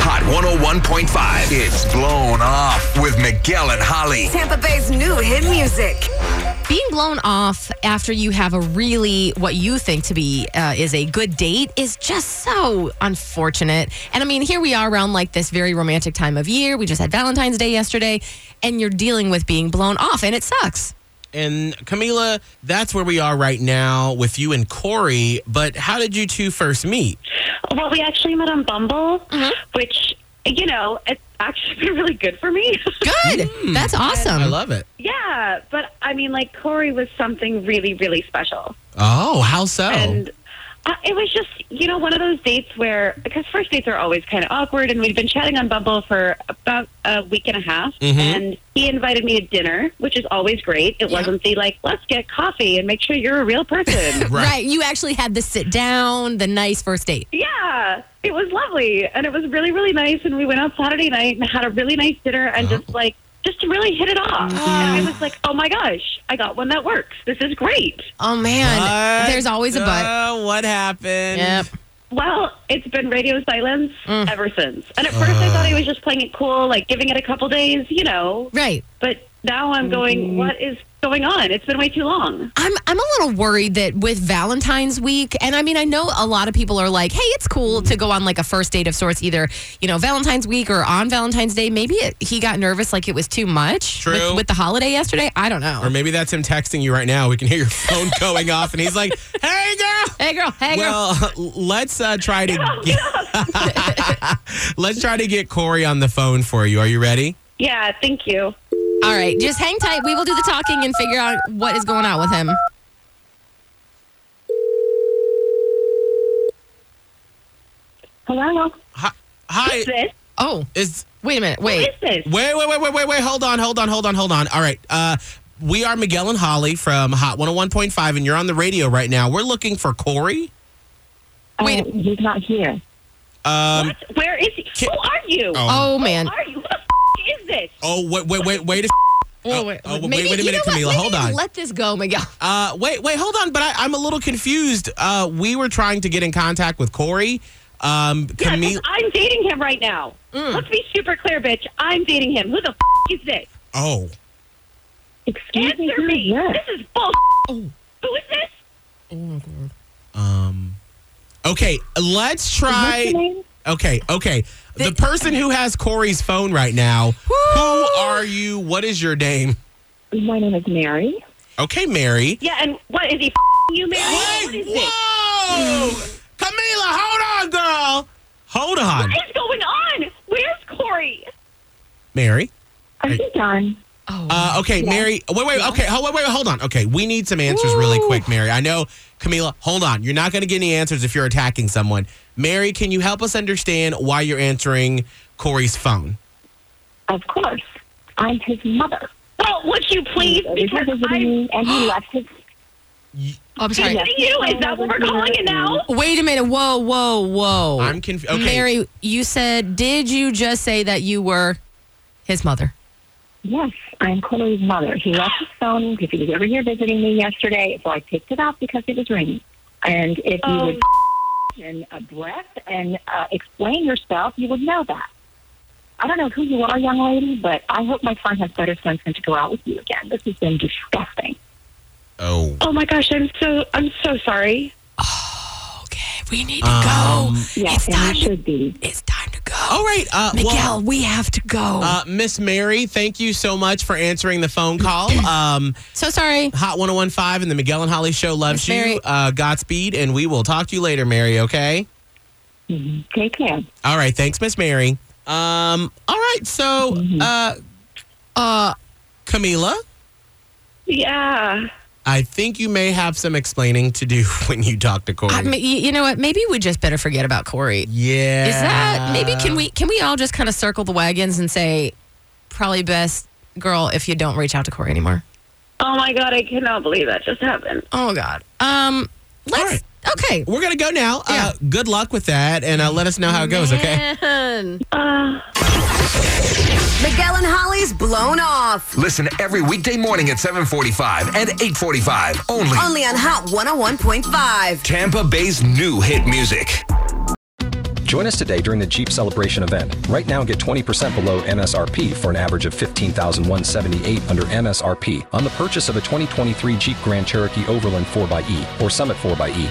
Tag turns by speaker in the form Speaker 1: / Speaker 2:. Speaker 1: Hot 101.5. It's blown off with Miguel and Holly.
Speaker 2: Tampa Bay's new hit music.
Speaker 3: Being blown off after you have a really what you think to be uh, is a good date is just so unfortunate. And I mean, here we are around like this very romantic time of year. We just had Valentine's Day yesterday, and you're dealing with being blown off, and it sucks.
Speaker 4: And Camila, that's where we are right now with you and Corey. But how did you two first meet?
Speaker 5: Well, we actually met on Bumble, which, you know, it's actually been really good for me.
Speaker 3: Good. That's awesome.
Speaker 4: Hmm. I love it.
Speaker 5: yeah, but I mean, like, Corey was something really, really special.
Speaker 4: Oh, how so?
Speaker 5: And uh, it was just, you know, one of those dates where, because first dates are always kind of awkward, and we'd been chatting on Bumble for about a week and a half, and he invited me to dinner, which is always great. It wasn't the, like, let's get coffee and make sure you're a real person.
Speaker 3: right. You actually had the sit down, the nice first date.
Speaker 5: Yeah, it was lovely, and it was really, really nice. And we went out Saturday night and had a really nice dinner, and just like just really hit it off. And I was like, oh my gosh, I got one that works. This is great.
Speaker 3: Oh man,
Speaker 4: What
Speaker 3: there's always a but.
Speaker 4: the- what happened?
Speaker 3: Yep.
Speaker 5: Well, it's been radio silence ever since. And at first, I thought he was just playing it cool, like giving it a couple days, you know.
Speaker 3: Right.
Speaker 5: But now I'm going, what is going on? It's been way too long.
Speaker 3: I'm I'm a little worried that with Valentine's week, and I mean I know a lot of people are like, hey, it's cool to go on like a first date of sorts, either you know Valentine's week or on Valentine's Day. Maybe it, he got nervous, like it was too much
Speaker 4: True.
Speaker 3: With, with the holiday yesterday. I don't know.
Speaker 4: Or maybe that's him texting you right now. We can hear your phone going off, and he's like, "Hey, girl."
Speaker 3: hey girl, Oh, hey girl.
Speaker 4: Well, let's uh, try to get, let's try to get Corey on the phone for you. Are you ready?
Speaker 5: Yeah, thank you.
Speaker 3: All right, just hang tight. We will do the talking and figure out what is going on with him.
Speaker 5: Hello.
Speaker 4: Hi, hi.
Speaker 5: This
Speaker 3: Oh,
Speaker 4: Is
Speaker 3: wait a minute, wait.
Speaker 5: is this.
Speaker 4: Wait, wait, wait, wait, wait, wait. Hold on, hold on, hold on, hold on. All right. Uh, we are Miguel and Holly from Hot 101.5, and you're on the radio right now. We're looking for Corey.
Speaker 3: Wait.
Speaker 6: Oh, he's not here.
Speaker 4: Um,
Speaker 5: What? Where is he?
Speaker 4: Ki-
Speaker 5: Who are you?
Speaker 3: Oh man.
Speaker 5: Are you? What the f- is this?
Speaker 4: oh, wait, wait, wait, wait. A
Speaker 3: Oh,
Speaker 4: oh,
Speaker 3: wait,
Speaker 4: oh, wait,
Speaker 3: maybe,
Speaker 4: wait a
Speaker 3: you
Speaker 4: minute,
Speaker 3: know what?
Speaker 4: Camila,
Speaker 3: Maybe
Speaker 4: hold on.
Speaker 3: Let this go, Miguel. Oh,
Speaker 4: Uh, wait, wait, hold on. But I, I'm a little confused. Uh, we were trying to get in contact with Corey. Um,
Speaker 5: Yeah,
Speaker 4: Camille.
Speaker 5: 'cause I'm dating him right now. Let's be super clear, bitch. I'm dating him. Who the f- is this?
Speaker 4: oh,
Speaker 6: Excuse me,
Speaker 5: Answer
Speaker 6: who
Speaker 5: me. Oh.
Speaker 6: is this?
Speaker 5: This is bull. Who is this?
Speaker 4: um, okay. Let's
Speaker 6: What's your
Speaker 4: try.
Speaker 6: name?
Speaker 4: Okay, okay. The person who has Corey's phone right now. Who are you? What is your name?
Speaker 6: My name is Mary.
Speaker 4: Okay, Mary.
Speaker 5: Yeah, and what is he? F- you man? What
Speaker 4: Hey,
Speaker 5: is this?
Speaker 4: whoa! Camila, hold on, girl. Hold on.
Speaker 5: What is going on? Where's Corey?
Speaker 4: Mary.
Speaker 6: Are you done?
Speaker 3: Oh,
Speaker 4: Uh, okay, Mary. Wait, wait, okay. Hold, wait, wait, hold on. Okay, we need some answers really quick, Mary. I know, Camila, hold on. You're not going to get any answers if you're attacking someone. Mary, can you help us understand why you're answering Corey's phone?
Speaker 6: Of course. I'm his mother.
Speaker 5: Oh, would you please?
Speaker 6: He was
Speaker 5: Because
Speaker 6: visiting
Speaker 5: I'm
Speaker 6: me, and he left his.
Speaker 3: I'm sorry.
Speaker 5: visiting you. Is that what we're calling it now?
Speaker 3: Wait a minute. Whoa, whoa, whoa.
Speaker 4: I'm confu- okay.
Speaker 3: Mary, you said, did you just say that you were his mother?
Speaker 6: Yes, I'm Corey's mother. He left his phone because he was over here visiting me yesterday, so I picked it up because it was ringing. And if
Speaker 5: Oh.
Speaker 6: you would in a breath and uh, explain yourself, you would know that. I don't know who you are, young lady, but I hope my son has better sense than to go out with you again. This has been disgusting.
Speaker 4: Oh.
Speaker 5: Oh my gosh, I'm so I'm so sorry.
Speaker 3: Okay, we need to
Speaker 4: Um,
Speaker 3: go.
Speaker 6: Yes,
Speaker 3: it's time.
Speaker 6: and you
Speaker 3: To,
Speaker 6: should be.
Speaker 3: it's time to go.
Speaker 4: All right. Uh,
Speaker 3: Miguel,
Speaker 4: well,
Speaker 3: we have to go.
Speaker 4: uh, Miss Mary, thank you so much for answering the phone call. Um,
Speaker 3: so sorry.
Speaker 4: Hot 1015 and the Miguel and Holly Show loves
Speaker 3: Miss Mary.
Speaker 4: you. Uh, Godspeed, and we will talk to you later, Mary, okay?
Speaker 6: Take care.
Speaker 4: All right. Thanks, Miss Mary. Um, all right.
Speaker 3: Mm-hmm.
Speaker 4: So, uh,
Speaker 3: Uh,
Speaker 4: Camila,
Speaker 5: Yeah.
Speaker 4: I think you may have some explaining to do when you talk to Corey.
Speaker 3: I mean, y- you know what? Maybe we just better forget about Corey.
Speaker 4: yeah.
Speaker 3: Is that maybe can we can we all just kind of circle the wagons and say probably best girl if you don't reach out to Corey anymore?
Speaker 5: Oh my god, I cannot believe that just happened.
Speaker 3: Oh God. Um. Let's.
Speaker 4: right.
Speaker 3: Okay.
Speaker 4: We're gonna go now. Uh, good luck with that, and uh, let us know how it goes. Okay.
Speaker 3: Man.
Speaker 2: Miguel and Holly's blown off.
Speaker 1: Listen every weekday morning at 745 and 845 only.
Speaker 2: Only on Hot 101.5.
Speaker 1: Tampa Bay's new hit music.
Speaker 7: Join us today during the Jeep Celebration event. Right now, get 20% below MSRP for an average of 15178 under MSRP on the purchase of a 2023 Jeep Grand Cherokee Overland 4xE or Summit 4xE.